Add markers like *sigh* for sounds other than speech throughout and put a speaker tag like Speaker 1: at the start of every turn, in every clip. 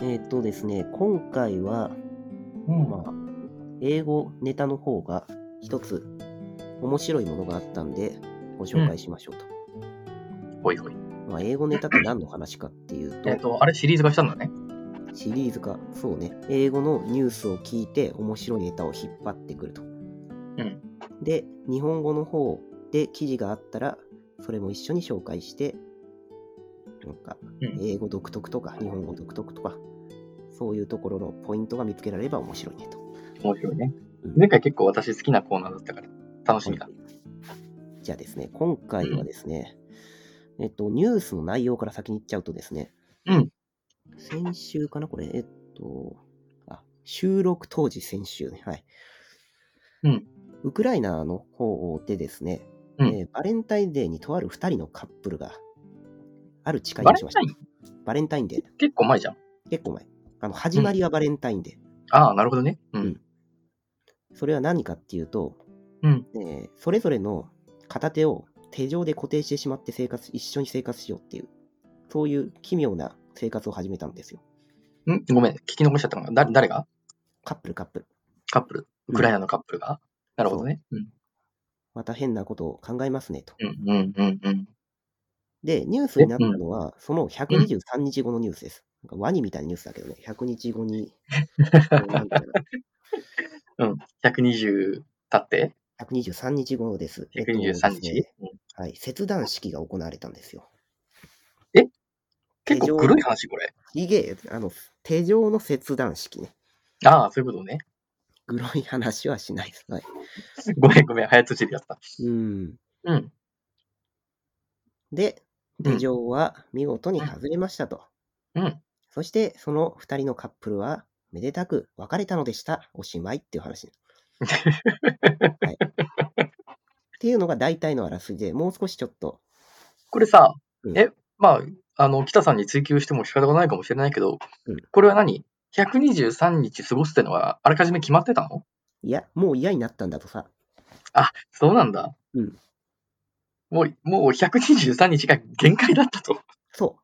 Speaker 1: えーっとですね今回は、まあ、英語ネタの方が一つ面白いものがあったんでご紹介しましょうと、
Speaker 2: ほいほい
Speaker 1: まあ、英語ネタって何の話かっていうと
Speaker 2: えっとあれシリーズ化したんだね
Speaker 1: シリーズ化そうね英語のニュースを聞いて面白いネタを引っ張ってくると、
Speaker 2: ん
Speaker 1: で日本語の方で記事があったらそれも一緒に紹介してなんか
Speaker 2: うん
Speaker 1: 英語独特とか日本語独特とかそういうところのポイントが見つけられれば面白いねと
Speaker 2: 面白いね
Speaker 1: うん
Speaker 2: 前回結構私好きなコーナーだったから楽しみだ
Speaker 1: じゃあですね今回はですね、えっとニュースの内容から先に行っちゃうとですね、
Speaker 2: うん
Speaker 1: 先週かなこれえっとあ収録当時先週ねはい
Speaker 2: うん
Speaker 1: ウクライナの方でですね、
Speaker 2: うん
Speaker 1: えーバレンタインデーにとある2人のカップルがある誓い
Speaker 2: バ
Speaker 1: を
Speaker 2: レ
Speaker 1: し
Speaker 2: ン
Speaker 1: ました
Speaker 2: タイ。ン
Speaker 1: バレンタインデー。
Speaker 2: 結構前じゃん
Speaker 1: 結構前。あの始まりはバレンタインデー。
Speaker 2: ああなるほどねう
Speaker 1: うん
Speaker 2: ん
Speaker 1: それは何かっていうと、
Speaker 2: うん
Speaker 1: えーそれぞれの片手を手錠で固定してしまって生活、一緒に生活しようっていう、そういう奇妙な生活を始めたんですよ。
Speaker 2: んごめん聞き残しちゃったかなだ誰が
Speaker 1: カップルカップル。
Speaker 2: カップルウクライナのカップルがなるほどねうん
Speaker 1: また変なことを考えますねと。
Speaker 2: うんうんうんうん
Speaker 1: で、ニュースになったのは、その123日後のニュースです。なんかワニみたいなニュースだけどね、100日後に、なんだろ
Speaker 2: 120経って
Speaker 1: う123日後です。えっとです
Speaker 2: 123日、
Speaker 1: ね
Speaker 2: うん
Speaker 1: はい、切断式が行われたんですよ。
Speaker 2: 結構黒い話これ
Speaker 1: いげあの、手錠の切断式ね。
Speaker 2: ああそういうことね
Speaker 1: グロい話はしないです。はい。
Speaker 2: ごめんごめん早とちりやった
Speaker 1: うん。
Speaker 2: うん
Speaker 1: で、
Speaker 2: うん
Speaker 1: 手錠は見事に外れましたと。
Speaker 2: うん
Speaker 1: そして、その2人のカップルは、めでたく別れたのでした。おしまいっていう
Speaker 2: *laughs*
Speaker 1: 話。はい、っていうのが大体のあらすじで、もう少しちょっと、
Speaker 2: これさ
Speaker 1: うん
Speaker 2: えまああの北さんに追求しても仕方がないかもしれないけど
Speaker 1: うん
Speaker 2: これは何123日過ごすってのはあらかじめ決まってたの
Speaker 1: いや、もう嫌になったんだとさ。
Speaker 2: あそうなんだ
Speaker 1: うん
Speaker 2: もうもう123日が限界だったと
Speaker 1: そ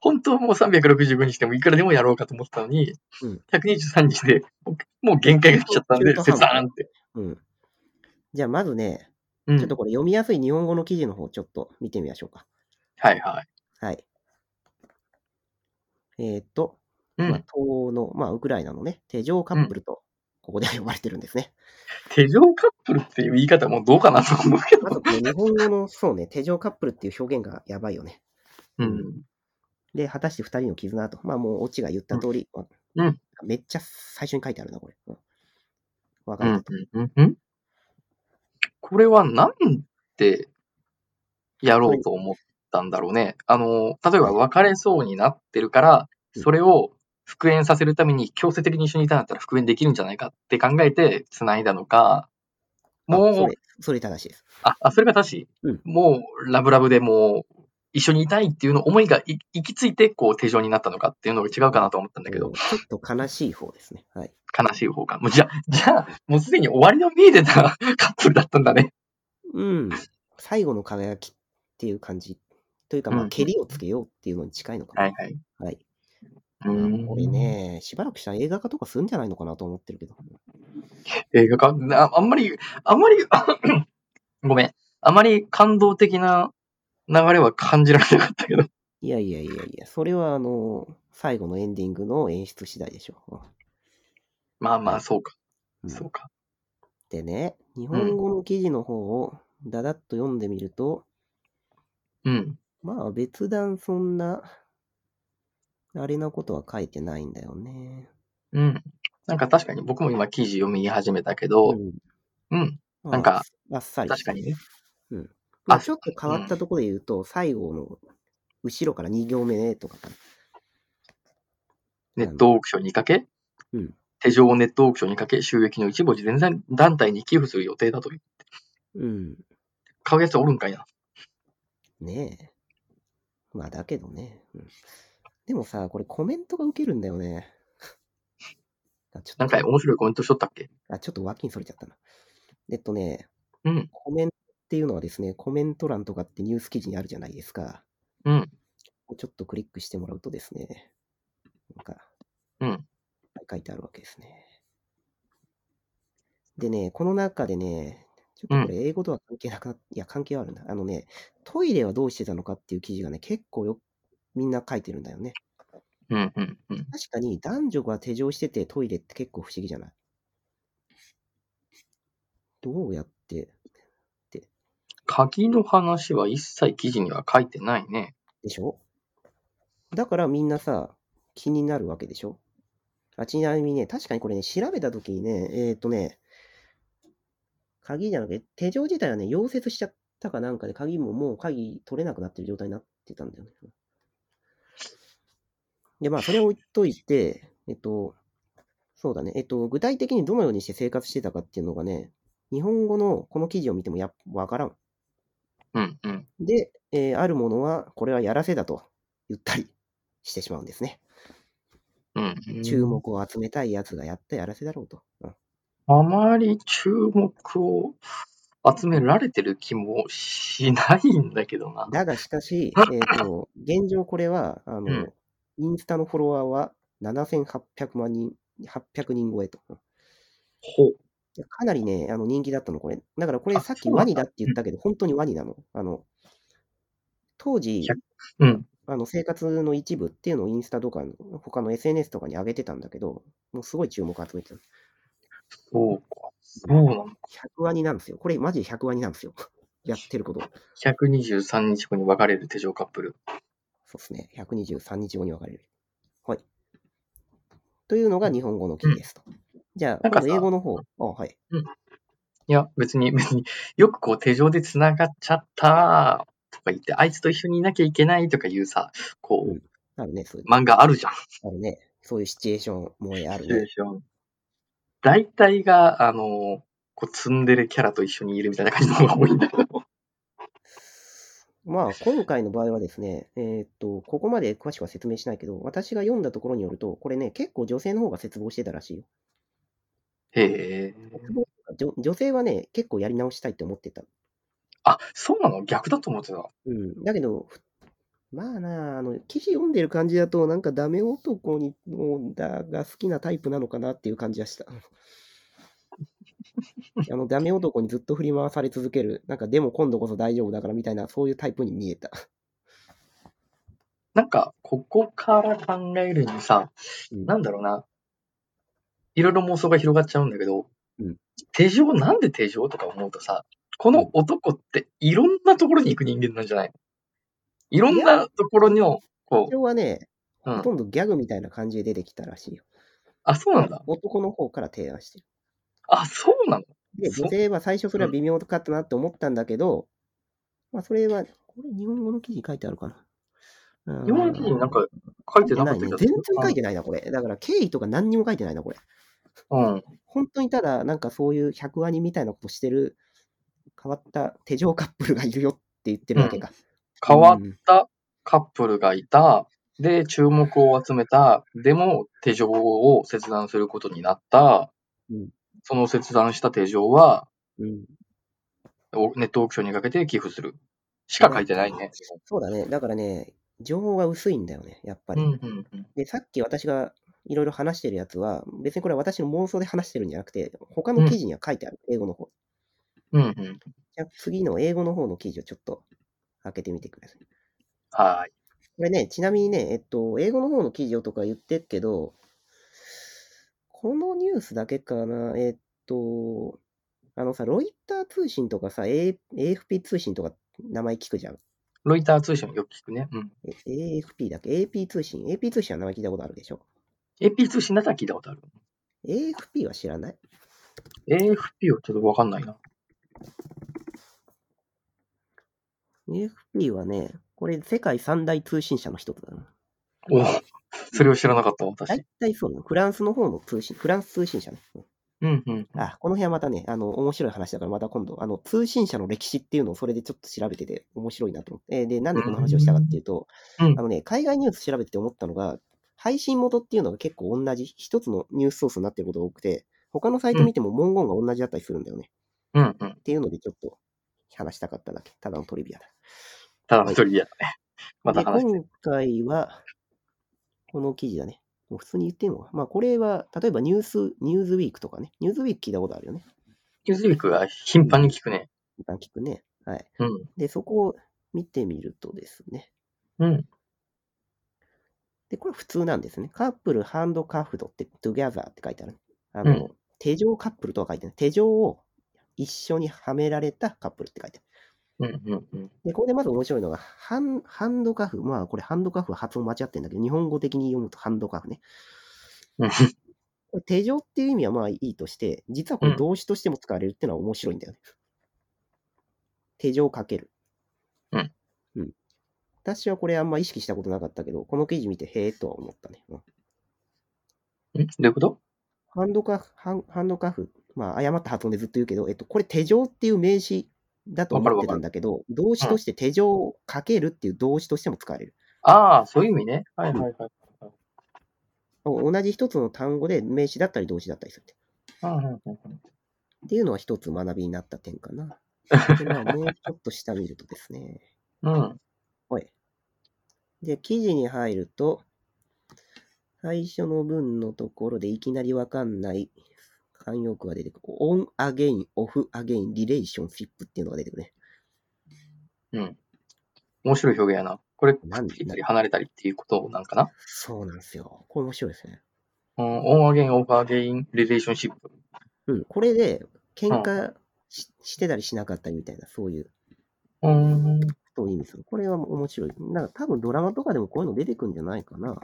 Speaker 2: 本当はもう365にしてもいくらでもやろうかと思ってたのに、
Speaker 1: うん
Speaker 2: 123日でもうもう限界が来ちゃったん
Speaker 1: 中
Speaker 2: で
Speaker 1: 途
Speaker 2: 切
Speaker 1: 半端
Speaker 2: 断って、
Speaker 1: う。うん。じゃあ、まずね、
Speaker 2: うん、
Speaker 1: ちょっとこれ読みやすい日本語の記事の方、ちょっと見てみましょうか。
Speaker 2: はいはい
Speaker 1: はい。えっ、と、
Speaker 2: うん、
Speaker 1: まあ、東の、まあ、ウクライナのね、手錠カップルと、ここで呼ばれてるんですね。
Speaker 2: 手錠カップルっていう言い方もどうかなと思うけ
Speaker 1: あ
Speaker 2: ど
Speaker 1: と、。この日本語の、そうね、手錠カップルっていう表現がやばいよね。
Speaker 2: うん。
Speaker 1: で、果たして二人の絆はと。まあ、もう、オチが言った通り、わ
Speaker 2: うん
Speaker 1: めっちゃ最初に書いてあるな、これ。うんわか
Speaker 2: う
Speaker 1: れ
Speaker 2: ん
Speaker 1: たと。。
Speaker 2: うんうん。これはなんてやろうと思ったんだろうね。あの、例えば別れそうになってるから、
Speaker 1: うん
Speaker 2: それを復縁させるために強制的に一緒にいたんだったら復縁できるんじゃないかって考えて繋いだのか、も
Speaker 1: あそうれ、、それ正しいです。
Speaker 2: あ、あそれが正しい。
Speaker 1: うん
Speaker 2: もう、ラブラブでもう、一緒にいたいっていうの思いがい行き着いて、こう、手錠になったのかっていうのが違うかなと思ったんだけど
Speaker 1: うん、ちょっと悲しい方ですね。はい。
Speaker 2: 悲しい方か。もうじゃ、じゃあ、もうすでに終わりの見えてたカップルだったんだね。
Speaker 1: うん。最後の輝きっていう感じ。というか、
Speaker 2: う
Speaker 1: まあ、
Speaker 2: ん
Speaker 1: 蹴りをつけようっていうのに近いのかな。
Speaker 2: はいはい。
Speaker 1: はい。
Speaker 2: うーん
Speaker 1: これ。ね、しばらくしたら映画化とかするんじゃないのかなと思ってるけど。
Speaker 2: 映画か、なあんまり、あんまり、 *coughs* ごめん。あまり感動的な流れは感じられなかったけど。
Speaker 1: いやいやいやいや、それはあの、最後のエンディングの演出次第でしょ。
Speaker 2: まあまあ、そうか。
Speaker 1: うん
Speaker 2: そうか。
Speaker 1: でね、日本語の記事の方をだだっと読んでみると、
Speaker 2: うん。
Speaker 1: まあ別段そんな、あれなことは書いてないんだよね。
Speaker 2: うん。なんか確かに僕も今記事読み始めたけど、
Speaker 1: ん
Speaker 2: うん。
Speaker 1: まあ
Speaker 2: なんか、
Speaker 1: あっさり。
Speaker 2: 確かにね。
Speaker 1: まあ
Speaker 2: あ
Speaker 1: ちょっと変わったところで言うと、最後の後ろから2行目ねとかかな
Speaker 2: ネットオークションにかけ、
Speaker 1: うん
Speaker 2: 手錠をネットオークションにかけ、収益の一部を全然団体に寄付する予定だという。
Speaker 1: うん。
Speaker 2: 買うやつおるんかいな。
Speaker 1: ねえ。まあ、だけどね。うん、でもさ、これコメントが受けるんだよね。 *laughs* あちょっと
Speaker 2: なんか面白いコメントしとったっけ
Speaker 1: あ、ちょっと脇にそれちゃったな。えっとね、
Speaker 2: うん。
Speaker 1: コメントっていうのはですね、コメント欄とかってニュース記事にあるじゃないですか。
Speaker 2: うん。
Speaker 1: ちょっとクリックしてもらうとですね、なんか、
Speaker 2: うん。
Speaker 1: 書いてあるわけですね。でね、この中でね、ちょっとこれ英語とは関係なくな、いや、関係はあるんだ。あのね、トイレはどうしてたのかっていう記事がね、結構よ、みんな書いてるんだよね。
Speaker 2: うん、うん、うん。
Speaker 1: 確かに男女が手錠しててトイレって結構不思議じゃないどうやって
Speaker 2: 鍵の話は一切記事には書いてないね。
Speaker 1: でしょだからみんなさ、気になるわけでしょあちなみにね、確かにこれね、調べたときにね、えっ、ー、とね、鍵じゃなくて、手錠自体はね、溶接しちゃったかなんかで、鍵ももう鍵取れなくなってる状態になってたんだよね。で、まあ、それを置いといて、えっと、そうだね、えっと、具体的にどのようにして生活してたかっていうのがね、日本語のこの記事を見てもやっわからん。
Speaker 2: うん、うん。
Speaker 1: で、えーあるものは、これはやらせだと言ったりしてしまうんですね。
Speaker 2: うん、
Speaker 1: 注目を集めたいやつがやったやらせだろうと。うん
Speaker 2: あまり注目を集められてる気もしないんだけどな。
Speaker 1: だが、しかし、えーと、現状これは、あの、
Speaker 2: ん
Speaker 1: インスタのフォロワーは7800万人、800人超えと。うん
Speaker 2: ほう。
Speaker 1: かなりね、あの人気だったの、これ。だからこれ
Speaker 2: あ
Speaker 1: さっき
Speaker 2: そうな
Speaker 1: ワ
Speaker 2: んだ
Speaker 1: ニだって言ったけど、本当にワニなの。あの、当時、
Speaker 2: うん。
Speaker 1: あの生活の一部っていうのをインスタとか、他の SNS とかに上げてたんだけど、もうすごい注目集めてた。
Speaker 2: そうか。そうなの。
Speaker 1: 100ワニなんですよ。これマジで100ワニなんですよ。 *laughs* やってること。
Speaker 2: 123日後に別れる手錠カップル。
Speaker 1: そうですね。123日後に分かれる。はい。というのが日本語の記事ですと。じゃあ、
Speaker 2: なん
Speaker 1: 今
Speaker 2: かさ
Speaker 1: 度英語の方。あはい。
Speaker 2: いや、別に、別によくこう手錠で繋がっちゃったとか言って、あいつと一緒にいなきゃいけないとかいうさ、こう、
Speaker 1: あるね。そういう、
Speaker 2: 漫画あるじゃん。
Speaker 1: あるね。そういうシチュエーションもえある
Speaker 2: シチュエー
Speaker 1: ね。
Speaker 2: ション大体が、あの、こう、ツンデレキャラと一緒にいるみたいな感じの方が多いんだけど。
Speaker 1: まあ、今回の場合はですね、えーっと、ここまで詳しくは説明しないけど、私が読んだところによると、これね、結構女性の方が絶望してたらしいよ。
Speaker 2: へえ。
Speaker 1: 女女性はね、結構やり直したいって思ってた。
Speaker 2: あ、そうなの逆だと思ってた。
Speaker 1: うん。だけど、ふまあなあ、あの、記事読んでる感じだと、なんかダメ男にのだが好きなタイプなのかなっていう感じがした。 *laughs* あの、ダメ男にずっと振り回され続ける、なんかでも今度こそ大丈夫だからみたいな、そういうタイプに見えた。
Speaker 2: なんか、ここから考えるにさ、
Speaker 1: うん
Speaker 2: なんだろうな。いろいろ妄想が広がっちゃうんだけど、
Speaker 1: うん
Speaker 2: 手錠、なんで手錠とか思うとさ、この男っていろんなところに行く人間なんじゃないのいろんなところにも、こ
Speaker 1: 今日はね、
Speaker 2: う、う
Speaker 1: ほ
Speaker 2: ん。
Speaker 1: とんどギャグみたいな感じで出てきたらしいよ。
Speaker 2: あ、そうなんだ。
Speaker 1: 男の方から提案してる。
Speaker 2: あ、そうなの
Speaker 1: で、
Speaker 2: そう
Speaker 1: 女性は最初それは微妙かったなって思ったんだけど、まあそれは、これ日本語の記事書いてあるかな。
Speaker 2: 日本記事になんか書いてなかったけ
Speaker 1: ね
Speaker 2: ど。。
Speaker 1: 全然書いてないな、これ。だから経緯とか何にも書いてないな、これ。
Speaker 2: うん。
Speaker 1: 本当にただ、なんかそういう100アニみたいなことしてる、変わった手錠カップルがいるよって言ってるわけか。
Speaker 2: 変わっ
Speaker 1: うん
Speaker 2: たカップルがいた。で、注目を集めた。でも、手錠を切断することになった。
Speaker 1: うん
Speaker 2: その切断した手錠は、
Speaker 1: うん
Speaker 2: おネットオークションにかけて寄付する。しか書いてないね。
Speaker 1: そうだね。だからね、情報が薄いんだよね、やっぱ
Speaker 2: う
Speaker 1: り。
Speaker 2: んうんうん。
Speaker 1: で、さっき私がいろいろ話してるやつは、別にこれは私の妄想で話してるんじゃなくて、他の記事には書いてある、英語の方。
Speaker 2: うんうん。
Speaker 1: じゃあ次の英語の方の記事をちょっと開けてみてください。
Speaker 2: はーい。
Speaker 1: これね、ちなみにね、えっと、英語の方の記事をとか言ってっけど、このニュースだけかな、えっと、あのさ、ロイター通信とかさ、A、AFP 通信とか名前聞くじゃん。
Speaker 2: ロイター通信よく聞くね。うん。
Speaker 1: え AFP だっけ ?AP 通信 ?AP 通信は名前聞いたことあるでしょ
Speaker 2: AP 通信だったら聞いたことある。
Speaker 1: ?AFP は知らない
Speaker 2: AFP はちょっとわかんないな。
Speaker 1: ?AFP はね、これ世界三大通信社の一つだな。
Speaker 2: おうそれを知らなかった私。
Speaker 1: 大体そうなの。フランスの方の通信、フランス通信社ね。うん
Speaker 2: うんうん。
Speaker 1: あ、この辺はまたね、あの、面白い話だから、また今度、あの、通信社の歴史っていうのをそれでちょっと調べてて面白いなと思って、えーで、なんでこの話をしたかっていうと、
Speaker 2: うん
Speaker 1: あのね、海外ニュース調べてて思ったのが、配信元っていうのが結構同じ、一つのニュースソースになってることが多くて、他のサイト見ても文言が同じだったりするんだよね。
Speaker 2: うんうん
Speaker 1: っ。ていうので、ちょっと話したかっただけ。ただのトリビアだ。
Speaker 2: ただのトリビアだね。また
Speaker 1: で、
Speaker 2: 話して。
Speaker 1: 今回は、この記事だね。もう普通に言ってんのかな。まあ、これは、例えばニュース、ニューズウィークとかね。ニューズウィーク聞いたことあるよね。
Speaker 2: ニューズウィークは頻繁に聞くね。
Speaker 1: 一般聞くね。はい。
Speaker 2: うん。
Speaker 1: で、そこを見てみるとですね。
Speaker 2: うん。
Speaker 1: で、これ普通なんですね。カップルハンドカフドって、トゥギャザーって書いてある。あの、
Speaker 2: う
Speaker 1: 手錠カップルとは書いてない。手錠を一緒にはめられたカップルって書いてある。
Speaker 2: うんうんうん。
Speaker 1: で、ここでまず面白いのが、ハンハンドカフ。まあ、これハンドカフは発音間違ってんだけど、日本語的に読むとハンドカフね。
Speaker 2: うん
Speaker 1: これ手錠っていう意味はまあいいとして、実はこ
Speaker 2: う
Speaker 1: れ
Speaker 2: ん
Speaker 1: 動詞としても使われるっていうのは面白いんだよね。手錠かける。
Speaker 2: うん。
Speaker 1: うん。私はこれあんま意識したことなかったけど、この記事見てへえとは思ったね。うん
Speaker 2: んどういうこと
Speaker 1: ハンドカフ、ハンハンドカフ、まあ誤った発音でずっと言うけど、えっと、これ手錠っていう名詞だと思ってたんだけど、動詞として手錠をかけるっていう動詞としても使われる。
Speaker 2: ああ、そういう意味ね。はいはいはい。
Speaker 1: お同じ一つの単語で名詞だったり動詞だったりするって。
Speaker 2: うんうんうんうん
Speaker 1: っていうのは一つ学びになった点かな。でまあ、もうちょっと下見るとですね。
Speaker 2: うん。
Speaker 1: はい。で、記事に入ると、最初の文のところでいきなりわかんない慣用句が出てくる。on again, off again, relationship っていうのが出てくるね。
Speaker 2: うん。面白い表現やな。これ、く
Speaker 1: なん
Speaker 2: っついたり離れたりっていうことなんかな。
Speaker 1: そうなんですよ。これ面白いですね。
Speaker 2: うん。オンアゲイン、オフアゲイン、リレーションシップ。
Speaker 1: うん。これで、喧嘩し,、してたりしなかったりみたいな、そういう
Speaker 2: うん。
Speaker 1: ことを意味する。これは面白い。なんか多分ドラマとかでもこういうの出てくるんじゃないかな。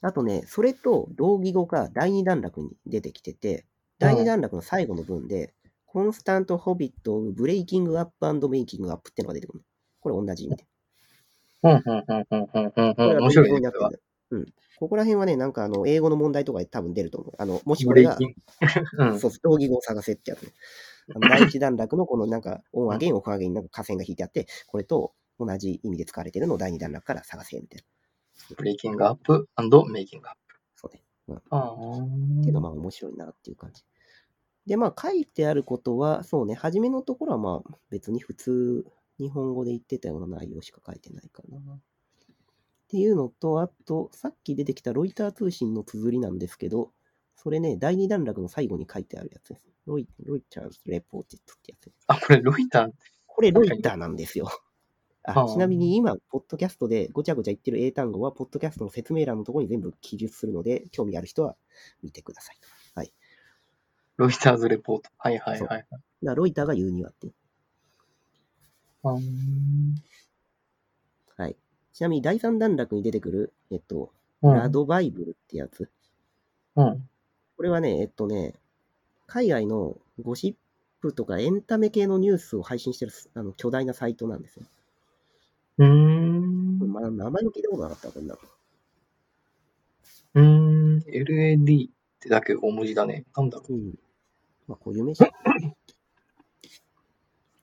Speaker 1: あとね、それと同義語が第二段落に出てきてて、第二段落の最後の文で、コンスタントホビットブレイキングアップメイキングアップってのが出てくるの。これ同じ意味で。
Speaker 2: うんうんうんうんうんうん
Speaker 1: これ
Speaker 2: うん。
Speaker 1: は
Speaker 2: 面白い
Speaker 1: 同義語
Speaker 2: ね
Speaker 1: になっ。てるんだようん。ここら辺はね、なんかあの、英語の問題とかで多分出ると思う。あの、もしこ
Speaker 2: ブ
Speaker 1: れ
Speaker 2: レイ
Speaker 1: が
Speaker 2: キン。うん。
Speaker 1: そう、同義語を探せってやつね。あ
Speaker 2: *laughs*
Speaker 1: の第一段落のこのなんか、オンアゲイン、オフアゲイン、なんか下線が引いてあって、これと同じ意味で使われてるのを第二段落から探せみたいな。
Speaker 2: ブレイキングアップメイキングアッ
Speaker 1: そうね。
Speaker 2: プ。あ
Speaker 1: っていうの
Speaker 2: あ。
Speaker 1: はまあ面白いなっていう感じ。で、まあ書いてあることは、そうね、初めのところはまあ別に普通、日本語で言ってたような内容しか書いてないかな。っていうのと、あと、さっき出てきたロイター通信の綴りなんですけど、それね、第二段落の最後に書いてあるやつです。ロイロイターズ・レポーテッドってやつ。
Speaker 2: あ、これ、ロイター。
Speaker 1: これロイターなんですよ。
Speaker 2: は
Speaker 1: あ
Speaker 2: あ
Speaker 1: ちなみに今、ポッドキャストでごちゃごちゃ言ってる英単語は、ポッドキャストの説明欄のところに全部記述するので、興味ある人は見てください。だか
Speaker 2: ロイターズレポート。はいはいはい。
Speaker 1: らロイターが言うにはって。
Speaker 2: あー
Speaker 1: はい。ちなみに第3段落に出てくる、えっと、
Speaker 2: うん
Speaker 1: ラドバイブルってやつ。
Speaker 2: うん。
Speaker 1: これはね、えっとね、海外のゴシップとかエンタメ系のニュースを配信してるあの巨大なサイトなんですよ。
Speaker 2: うーん。
Speaker 1: まあ、名前も聞いたことなかった、こんなの。
Speaker 2: うーん。LAD ってだけ大文字だね。なんだろう。
Speaker 1: うん。まあ、こういう名詞。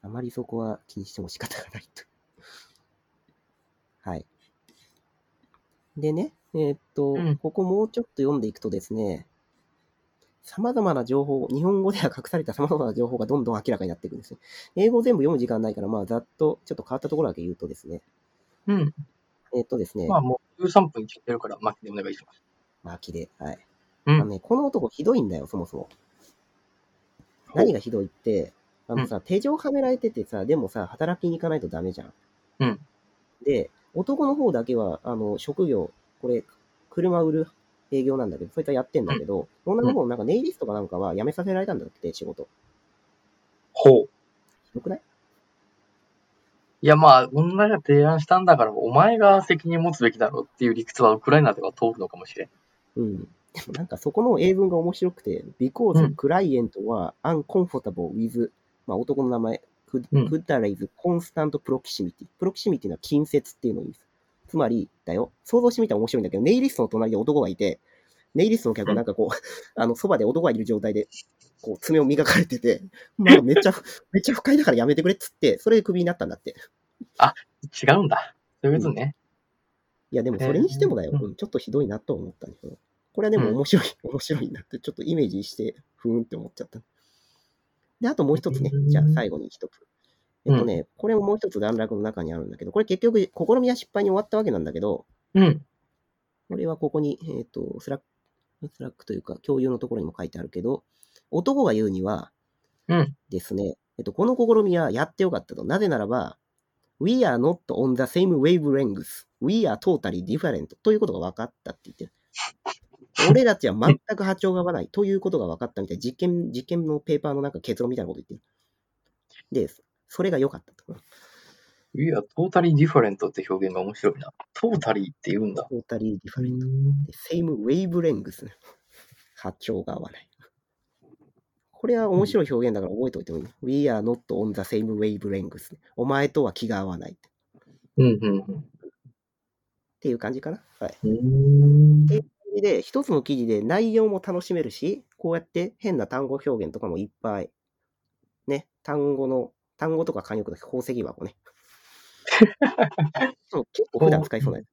Speaker 1: あまりそこは気にしても仕方がないと。はい。でね、えーっと、
Speaker 2: うん
Speaker 1: ここもうちょっと読んでいくとですね、様々な情報、日本語では隠された様々な情報がどんどん明らかになっていくんですね。英語全部読む時間ないから、まあ、ざっとちょっと変わったところだけ言うとですね、
Speaker 2: うん。
Speaker 1: えーっとですね、
Speaker 2: まあもう13分切ってるから、マキでお願いします。
Speaker 1: まあ、きれはい。
Speaker 2: う
Speaker 1: あの
Speaker 2: ん。
Speaker 1: ね、この男ひどいんだよ、そもそも。何がひどいって、あのさ、手錠はめられててさ、でもさ、働きに行かないとダメじゃん。
Speaker 2: うん
Speaker 1: で、男の方だけは、あの、職業、これ、車売る営業なんだけど、そいつはやってんだけど、女の方のなんかネイリストかなんかは辞めさせられたんだって、仕事。
Speaker 2: ほう。
Speaker 1: よくない
Speaker 2: いやまあ、女が提案したんだから、お前が責任持つべきだろっていう理屈はウクライナでは通るのかもしれん。
Speaker 1: うん。でもなんかそこの英文が面白くて、because
Speaker 2: うん
Speaker 1: client は uncomfortable with、まあ男の名前、could,
Speaker 2: うん
Speaker 1: could raise constant proximity。proximity のは近接っていうのを意味する。つまり、だよ、想像してみたら面白いんだけど、ネイリストの隣で男がいて、ネイリストの客がなんかこう、 *laughs* あの、そばで男がいる状態で、こう、爪を磨かれてて、まあ、めっちゃ、めっちゃ不快だからやめてくれっつって、それでクビになったんだって。
Speaker 2: 違うんだ。そういうことね。
Speaker 1: いや、でもそれにしてもだよ、
Speaker 2: えー
Speaker 1: うんちょっとひどいなと思ったね。うんこれはでも
Speaker 2: うん
Speaker 1: 面白い、 *laughs* 面白いなって、ちょっとイメージして、ふーんって思っちゃった。で、あともう一つね
Speaker 2: う、ん
Speaker 1: じゃあ最後に一つ。えっとね、これももう一つ段落の中にあるんだけど、これ結局、試みは失敗に終わったわけなんだけど、
Speaker 2: うん。
Speaker 1: これはここに、えっ、と、スラック、スラックというか、共有のところにも書いてあるけど、男が言うには、
Speaker 2: うん
Speaker 1: ですね、えっと、この試みはやってよかったと。なぜならば、We are not on the same wavelengths. We are totally different. ということが分かったって言ってる。俺たちは全く波長が合わないということが分かったみたいな実験、実験のペーパーのなんか結論みたいなこと言ってる。で、それが良かったと。
Speaker 2: いや、トータリーディファレントって表現が面白いな。トータリーって言うんだ。
Speaker 1: トータリーディファレント。で same wavelengths ね。波長が合わない。これは面白い表現だから覚えておいてもいいね。We are not on the same wavelengths ね。お前とは気が合わない。っ
Speaker 2: うんうん
Speaker 1: ていう感じかな。はい。
Speaker 2: うん。
Speaker 1: えで、一つの記事で内容も楽しめるし、こうやって変な単語表現とかもいっぱい。ね。単語の、単語とか慣用句とか宝石箱
Speaker 2: *laughs*
Speaker 1: ね。そう結構普段使いそうなやつ。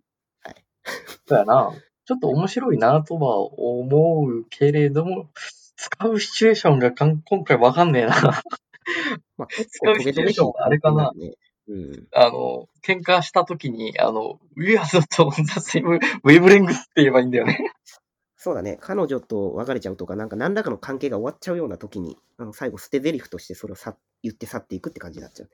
Speaker 2: そうやな。ちょっと面白いなとは思うけれども、使うシチュエーションがかん今回わかんねえな。 *laughs*
Speaker 1: まあ、結構トゲトゲしい
Speaker 2: 使うシチュエーションはあれかな
Speaker 1: ね。うん。
Speaker 2: あの、喧嘩した時に、あの、We are not on the same wavelength って言えばいいんだよね。
Speaker 1: そうだね、彼女と別れちゃうとか、なんか何らかの関係が終わっちゃうような時に、あの最後、捨て台詞としてそれをさ言って去っていくって感じになっちゃう。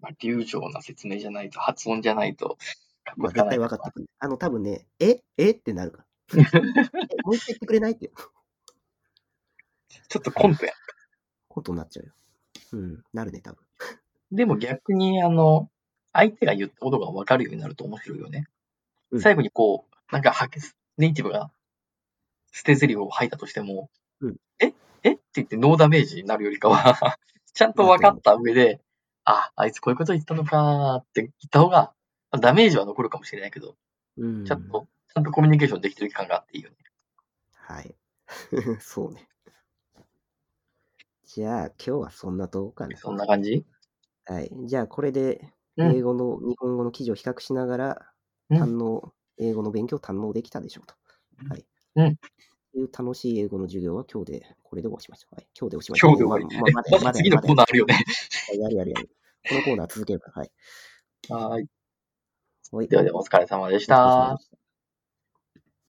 Speaker 2: まあ、流暢な説明じゃないと、発音じゃないと、かっこ
Speaker 1: まあ、
Speaker 2: つか
Speaker 1: 絶
Speaker 2: ない
Speaker 1: 対分かってくる。あの、多分ね、ええってなるから。
Speaker 2: *laughs*
Speaker 1: えもう一回言ってくれないって
Speaker 2: ちょっとコントや。
Speaker 1: ことになっちゃうよ。うん、なるね、多分。
Speaker 2: でも逆に、あの、相手が言ったことが分かるようになると面白いよね。
Speaker 1: うん
Speaker 2: 最後にこう、なんかはけ、ネイティブが捨て台詞を吐いたとしても、
Speaker 1: うん
Speaker 2: ええって言ってノーダメージになるよりかは、 *laughs* ちゃんと分かった上で、あ、あいつこういうこと言ったのかーって言った方が、まあダメージは残るかもしれないけど、
Speaker 1: うん。
Speaker 2: ちゃんと、ちゃんとコミュニケーションできてる感があっていいよね。
Speaker 1: はい。 *laughs* そうね。じゃあ、今日はそんなとこかな。
Speaker 2: そんな感じ
Speaker 1: はい。じゃあ、これで、
Speaker 2: うん
Speaker 1: 英語の、日本語の記事を比較しながら、
Speaker 2: うん
Speaker 1: 堪能、英語の勉強を堪能できたでしょうと。はい。
Speaker 2: うん
Speaker 1: いう楽しい英語の授業は今日で、これで終わりました。はい。今日でおしまい。
Speaker 2: 今日で終わり。
Speaker 1: まあ
Speaker 2: え
Speaker 1: まあまだやま
Speaker 2: *laughs* まだ
Speaker 1: だや
Speaker 2: 次のコーナーあるよね。
Speaker 1: まだややるやるやる。このコーナー続けるから。はい。
Speaker 2: *laughs* はーい。
Speaker 1: はい
Speaker 2: ではではお疲れ様でし
Speaker 1: お疲れ様
Speaker 2: た
Speaker 1: で。した